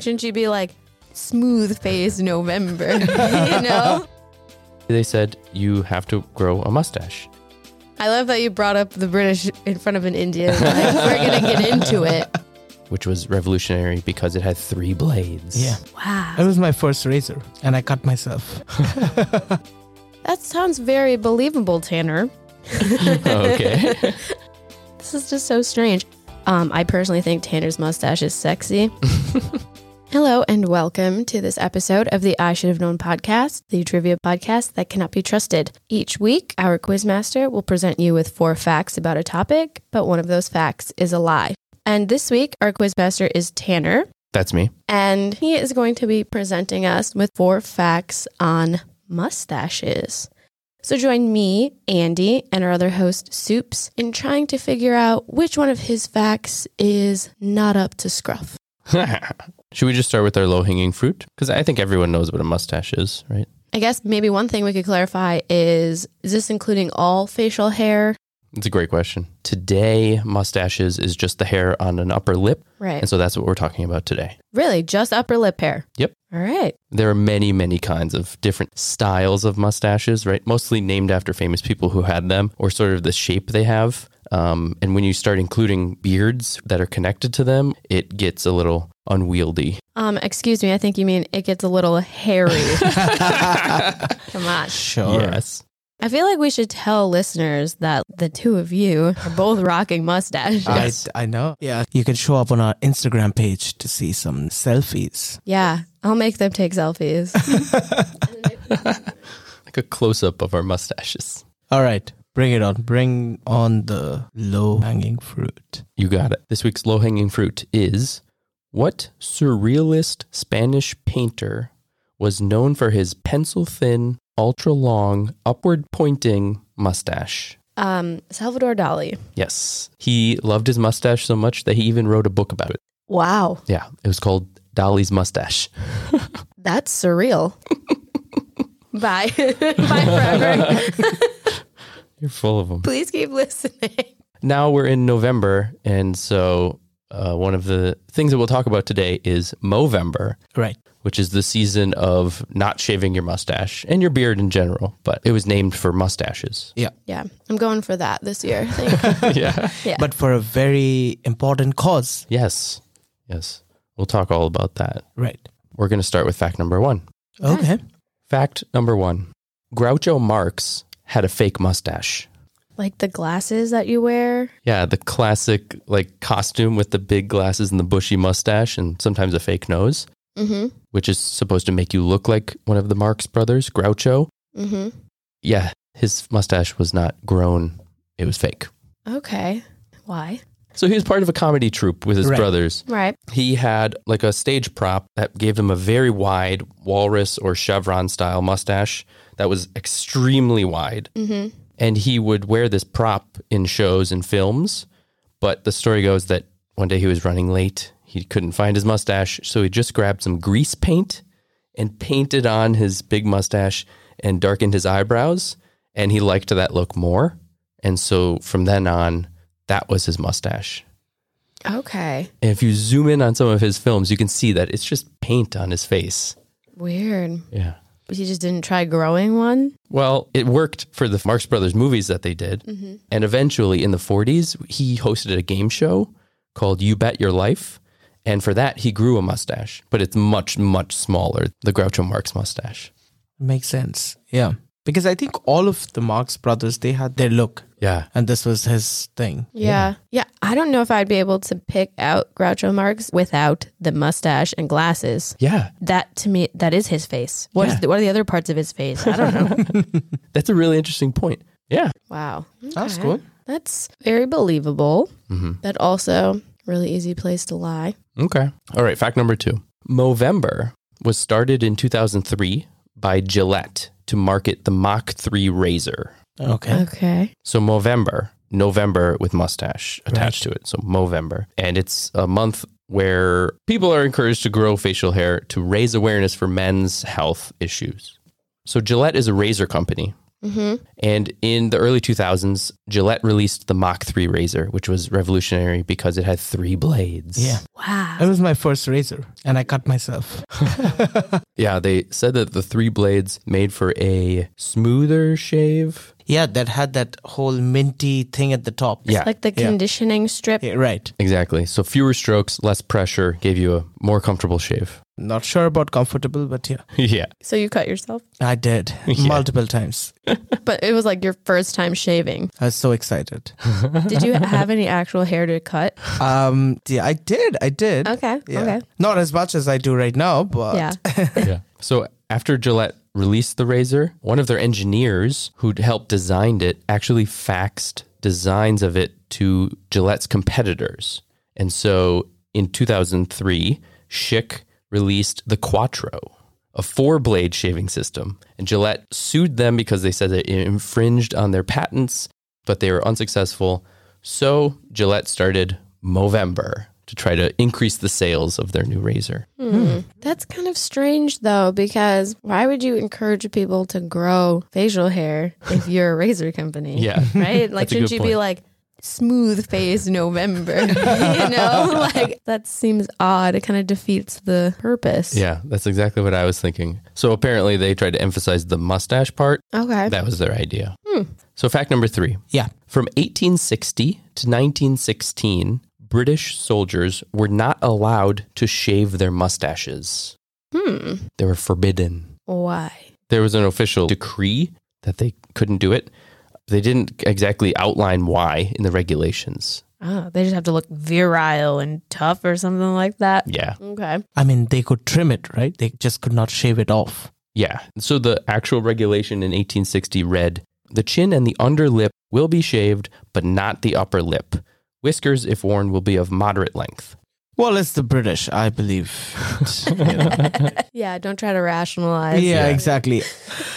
Shouldn't you be like smooth phase November? you know? They said you have to grow a mustache. I love that you brought up the British in front of an Indian. Like, we're gonna get into it. which was revolutionary because it had three blades. Yeah. Wow. It was my first razor, and I cut myself. That sounds very believable, Tanner. okay. This is just so strange. Um, I personally think Tanner's mustache is sexy. Hello and welcome to this episode of the I Should Have Known podcast, the trivia podcast that cannot be trusted. Each week, our quizmaster will present you with four facts about a topic, but one of those facts is a lie. And this week, our quizmaster is Tanner, That's me. and he is going to be presenting us with four facts on mustaches. So join me, Andy, and our other host, Soups, in trying to figure out which one of his facts is not up to scruff. Should we just start with our low hanging fruit? Because I think everyone knows what a mustache is, right? I guess maybe one thing we could clarify is is this including all facial hair? It's a great question. Today, mustaches is just the hair on an upper lip. Right. And so that's what we're talking about today. really, just upper lip hair. Yep. All right. There are many, many kinds of different styles of mustaches, right? Mostly named after famous people who had them or sort of the shape they have. Um, and when you start including beards that are connected to them, it gets a little unwieldy. Um, excuse me, I think you mean it gets a little hairy. Come on. Sure. Yes. I feel like we should tell listeners that the two of you are both rocking mustaches. I, Yes. I know. Yeah. You can show up on our Instagram page to see some selfies. yeah, I'll make them take selfies. Like a close up of our mustaches. All right. Bring it on. Bring on the low hanging fruit. You got it. This week's low hanging fruit is what surrealist Spanish painter was known for his pencil thin, ultra long, upward pointing mustache? Um, Salvador Dali. Yes. He loved his mustache so much that he even wrote a book about it. Wow, Yeah. It was called Dolly's Mustache. that's surreal. Bye. Bye forever. You're full of them. Please keep listening. Now we're in November. And so uh, one of the things that we'll talk about today is Movember. Right. which is the season of not shaving your mustache and your beard in general, but it was named for mustaches. Yeah. Yeah, I'm going for that this year. Thank you. yeah. Yeah. But for a very important cause. Yes. Yes. We'll talk all about that. Right. We're going to start with fact number one. Okay. Okay. Fact number one Groucho Marx had a fake mustache. like the glasses that you wear. Yeah, the classic like costume with the big glasses and the bushy mustache and sometimes a fake nose, Mm-hmm. which is supposed to make you look like one of the Marx brothers, Groucho. Mm-hmm. Yeah, his mustache was not grown, it was fake. Okay. Why? So he was part of a comedy troupe with his Right. brothers. Right. He had like a stage prop that gave him a very wide walrus or chevron style mustache that was extremely wide. Mm-hmm. And he would wear this prop in shows and films. But the story goes that one day he was running late. He couldn't find his mustache. So he just grabbed some grease paint and painted on his big mustache and darkened his eyebrows. And he liked that look more. And so from then on, that was his mustache. Okay. And if you zoom in on some of his films, you can see that it's just paint on his face. Weird. Yeah. But you just didn't try growing one. Well, it worked for the Marx Brothers movies that they did. And eventually in the 40s, he hosted a game show called You Bet Your Life. And for that, he grew a mustache, but it's much, much smaller, the Groucho Marx mustache. Makes sense. Yeah. Because I think all of the Marx brothers, they had their look, Yeah. and this was his thing. Yeah. yeah. I don't know if I'd be able to pick out Groucho Marx without the mustache and glasses. Yeah. That to me, that is his face. What is Yeah. the, what are the other parts of his face? I don't know. That's a really interesting point. Yeah. wow. That's Okay. cool. That's very believable, Mhm. but also really easy place to lie. Okay. All right. Fact number two Movember was started in 2003 by Gillette to market the Mach 3 razor. Uh, Okay. Okay. So Movember, November with mustache attached to it. So Movember. And it's a month where people are encouraged to grow facial hair to raise awareness for men's health issues. So Gillette is a razor company Mm-hmm. And in the early 2000s, Gillette released the Mach 3 razor, which was revolutionary because it had three blades. Yeah. It Wow. was my first razor, and I cut myself. Yeah, they said that the three blades made for a smoother shave. Yeah, that had that whole minty thing at the top. Yeah. Like the Yeah. conditioning strip. Yeah, right. Exactly. So fewer strokes, less pressure, gave you a more comfortable shave. Not sure about comfortable, but yeah, yeah. So you cut yourself? I did multiple times. But it was like your first time shaving. I was so excited. Did you have any actual hair to cut? Um, yeah, I did. I did. Okay. Yeah. Okay. Not as much as I do right now, but Yeah. yeah. So after Gillette released the razor, one of their engineers who'd helped designed it actually faxed designs of it to Gillette's competitors. And so in 2003, Schick released the Quattro, a four-blade shaving system, and Gillette sued them because they said that it infringed on their patents, but they were unsuccessful. So Gillette started Movember to try to increase the sales of their new razor. Mm. That's kind of strange though, because why would you encourage people to grow facial hair if you're a razor company? Yeah. Right? Like, a shouldn't good you point. be like, smooth phase November? you know, like that seems odd. It kind of defeats the purpose. Yeah, that's exactly what I was thinking. So apparently they tried to emphasize the mustache part. Okay. That was their idea. So fact number 3. yeah. From 1860 to 1916, British soldiers were not allowed to shave their mustaches. hmm. They were forbidden. Why? There was an official decree that they couldn't do it. They didn't exactly outline why in the regulations. Oh, they just have to look virile and tough or something like that. Yeah. Okay. I mean, they could trim it, right? They just could not shave it off. Yeah. So the actual regulation in 1860 read the chin and the underlip will be shaved, but not the upper lip. Whiskers, if worn, will be of moderate length. Well, it's the British, I believe. Yeah, don't try to rationalize. yeah, exactly.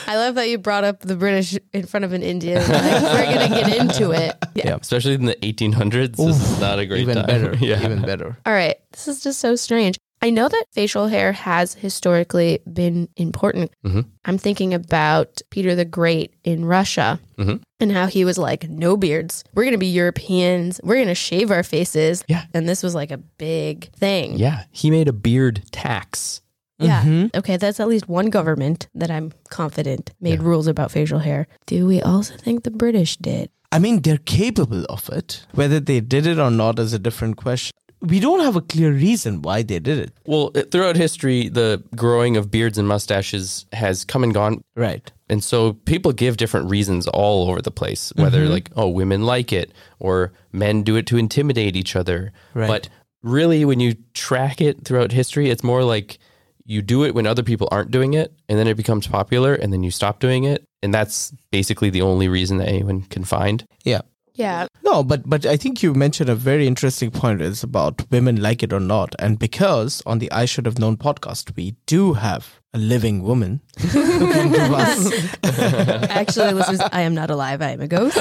I love that you brought up the British in front of an Indian. Like, we're going to get into it. Yeah. Especially in the 1800s, this is not a great Even time. better. yeah. Even better. All right. This is just so strange. I know that facial hair has historically been important. Mhm. I'm thinking about Peter the Great in Russia Mhm. and how he was like, no beards. We're going to be Europeans. We're going to shave our faces. Yeah. And this was like a big thing. yeah. He made a beard tax. Yeah. Okay, that's at least one government that I'm confident made rules about facial hair. Do we also think the British did? I mean, they're capable of it. Whether they did it or not is a different question. We don't have a clear reason why they did it. Well, throughout history, the growing of beards and mustaches has come and gone. Right. And so people give different reasons all over the place, whether like, oh, women like it or men do it to intimidate each other. Right. But really, when you track it throughout history, it's more like you do it when other people aren't doing it and then it becomes popular and then you stop doing it. And that's basically the only reason that anyone can find. Yeah. Yeah. No, but but I think you mentioned a very interesting point is about women like it or not. And because on the I Should Have Known podcast, we do have a living woman who can give us. Actually, listeners, I am not alive. I am a ghost.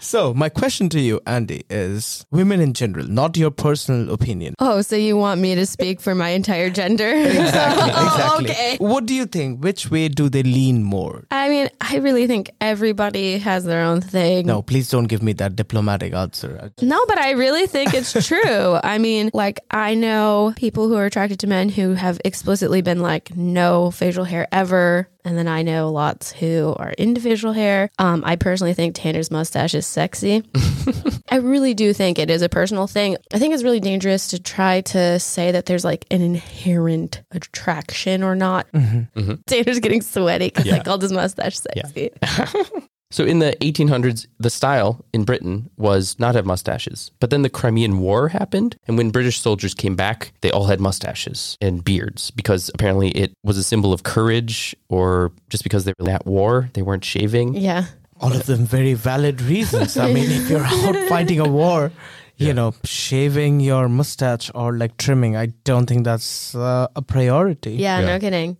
So my question to you, Andy, is women in general, not your personal opinion. oh, so you want me to speak for my entire gender? Exactly. okay. What do you think? Which way do they lean more? I mean, I really think everybody has their own thing. No, please don't give me that diplomatic answer. No, but I really think it's true. I mean, like, I know people who are attracted to men who have explicitly been like, no facial hair ever. And then I know lots who are into facial hair. Um, I personally think Tanner's mustache is sexy. I really do think it is a personal thing. I think it's really dangerous to try to say that there's like an inherent attraction or not. Tanner's getting sweaty because I called his mustache sexy. So in the 1800s, the style in Britain was not have mustaches. But then the Crimean War happened, and when British soldiers came back, they all had mustaches and beards because apparently it was a symbol of courage, or just because they were at war, they weren't shaving. yeah. All of them very valid reasons. I mean, if you're out fighting a war, you know, shaving your mustache or like trimming, I don't think that's uh, a priority. yeah. Yeah. no kidding.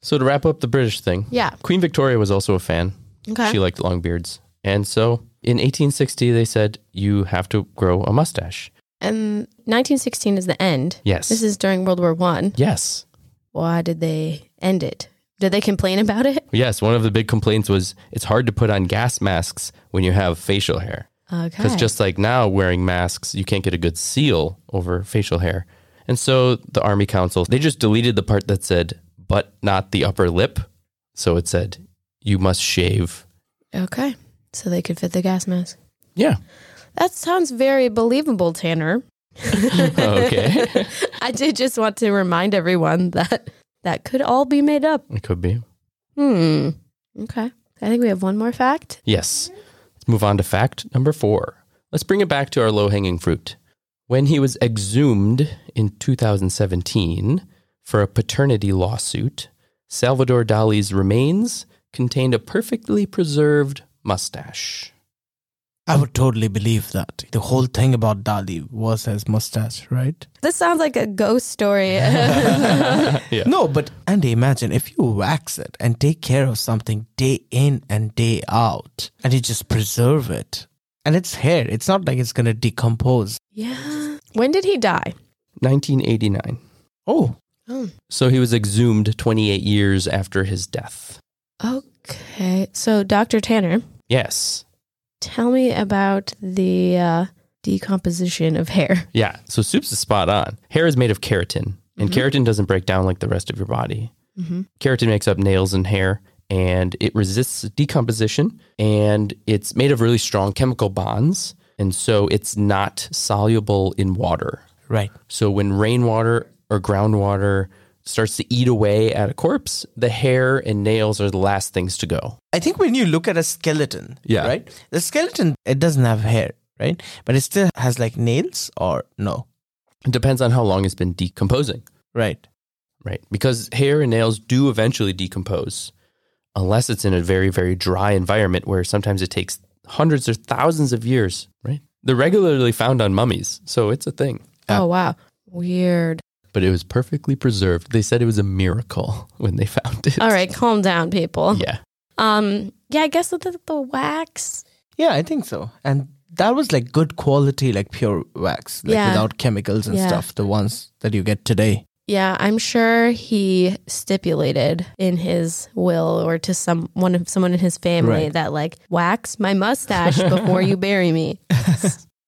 So to wrap up the British thing, Yeah. Uh-huh. Queen Victoria was also a fan. Okay. She liked long beards, and so in 1860 they said you have to grow a mustache. And 1916 is the end. Yes. This is during World War One. yes. Why did they end it? Did they complain about it? Yes, one of the big complaints was it's hard to put on gas masks when you have facial hair. Okay. Because just like now, wearing masks, you can't get a good seal over facial hair. And so the Army Council, they just deleted the part that said, but not the upper lip. So it said, you must shave. okay. So they could fit the gas mask. Yeah. That sounds very believable, Tanner. Okay. I did just want to remind everyone that that could all be made up. it could be. Hmm. Okay. I think we have one more fact. Yes. Let's move on to fact number four. Let's bring it back to our low hanging fruit. When he was exhumed in 2017 for a paternity lawsuit, Salvador Dali's remains contained a perfectly preserved mustache. I would totally believe that. The whole thing about Dali was his mustache, right? This sounds like a ghost story. Yeah. No, but Andy, imagine if you wax it and take care of something day in and day out, and you just preserve it. And it's hair. It's not like it's gonna decompose. yeah. When did he die? 1989. Oh, Oh. So he was exhumed 28 years after his death. Okay. So, Dr. Tanner, Yes. tell me about the uh, decomposition of hair. Yeah. So Soup's is spot on. Hair is made of keratin, and keratin doesn't break down like the rest of your body. Mm-hmm. Keratin makes up nails and hair, and it resists decomposition, and it's made of really strong chemical bonds, and so it's not soluble in water. right. So when rainwater or groundwater starts to eat away at a corpse, the hair and nails are the last things to go. I think when you look at a skeleton, Yeah. right? The skeleton it doesn't have hair, right? But it still has like nails or no, It depends on how long it's been decomposing, right? right? Because hair and nails do eventually decompose, unless it's in a very, very dry environment where sometimes it takes hundreds or thousands of years, right? They're regularly found on mummies, so it's a thing. oh, wow. Weird. but it was perfectly preserved. They said it was a miracle when they found it. All right. Calm down, people. Yeah. Um. Yeah, I guess with the, the wax. Yeah, I think so. And that was like good quality, like pure wax, like Yeah. without chemicals and Yeah. stuff. The ones that you get today. Yeah, I'm sure he stipulated in his will or to some one of someone in his family Right. that like wax my mustache before you bury me.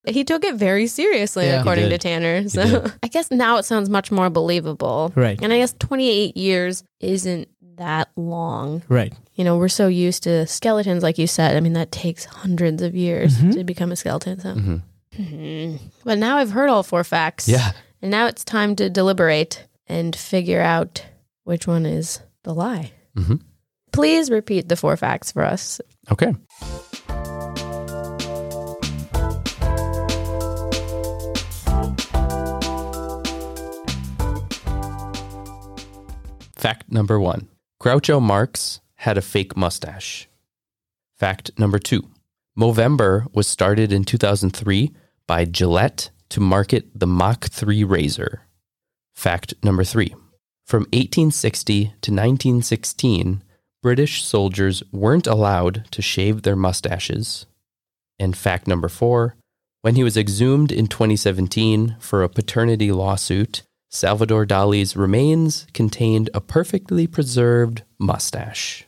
he took it very seriously, Yeah. He according to did. Tanner. So did. I guess now it sounds much more believable. Right. And I guess 28 years isn't that long. Right. You know, we're so used to skeletons, like you said. I mean, that takes hundreds of years Mhm. to become a skeleton. So, Mm-hmm. Mhm. Mhm. but now I've heard all four facts. Yeah. And now it's time to deliberate and figure out which one is the lie. Mhm. Please repeat the four facts for us. Okay. Fact number one Groucho Marx had a fake mustache. Fact number two Movember was started in 2003 by Gillette to market the Mach 3 razor. Fact number three From 1860 to 1916, British soldiers weren't allowed to shave their mustaches. And fact number four when he was exhumed in 2017 for a paternity lawsuit, Salvador Dali's remains contained a perfectly preserved mustache.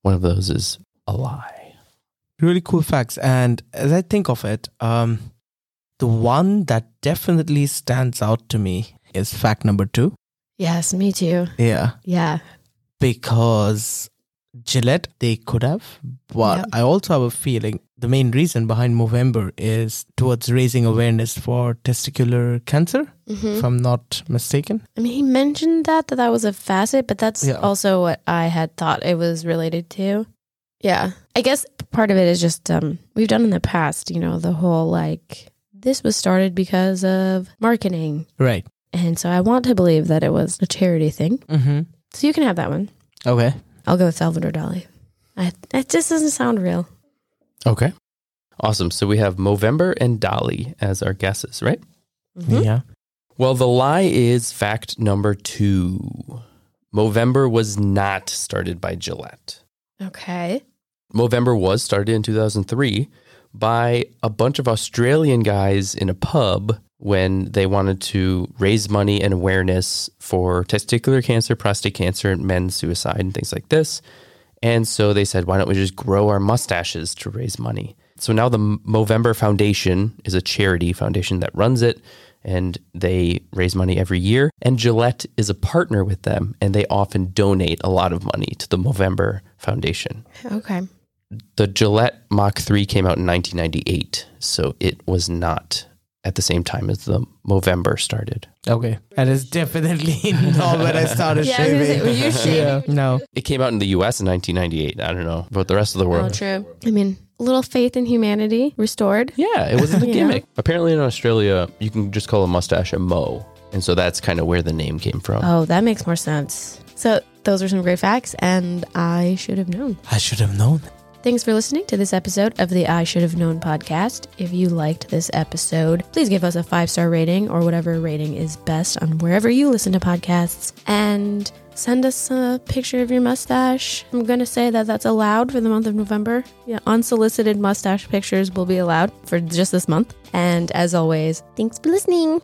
One of those is a lie. really cool facts and as i think of it um, the one that definitely stands out to me is fact number two Yes, me too. yeah Yeah. because gillette they could have but Yeah. i also have a feeling the main reason behind movember is towards raising awareness for testicular cancer hmm if i'm not mistaken I mean, he mentioned that, that that was a facet, but that's Yeah. also what I had thought it was related to. Yeah. I guess part of it is just um, we've done in the past, you know, the whole like, this was started because of marketing. right And so I want to believe that it was a charity thing. mm-hmm. So you can have that one. okay I'll go with Salvador Dali. I, that just doesn't sound real. Okay. Awesome. So we have Movember and Dali as our guesses, right? Mhm. yeah Well, the lie is fact number two Movember was not started by Gillette. Okay. Movember was started in 2003 by a bunch of Australian guys in a pub when they wanted to raise money and awareness for testicular cancer, prostate cancer, and men's suicide and things like this. And so they said, why don't we just grow our mustaches to raise money? So now the Movember Foundation is a charity foundation that runs it and they raise money every year. And Gillette is a partner with them and they often donate a lot of money to the Movember Foundation. Okay. The Gillette Mach 3 came out in 1998, so it was not at the same time as the Movember started. Okay. That is definitely not when I started Yeah, I was gonna say, shaving. were you shaving? Yeah, no. It came out in the US in 1998. I don't know about the rest of the Oh, world. true. I mean, a little faith in humanity restored. Yeah, it wasn't a Yeah. gimmick. Apparently in Australia, you can just call a mustache a mo. And so that's kind of where the name came from. Oh, that makes more sense. So, those are some great facts, and I should have known. I should have known. Thanks for listening to this episode of the I Should Have Known podcast. If you liked this episode, please give us a five star rating or whatever rating is best on wherever you listen to podcasts and send us a picture of your mustache. I'm going to say that that's allowed for the month of November. Yeah, unsolicited mustache pictures will be allowed for just this month. And as always, thanks for listening.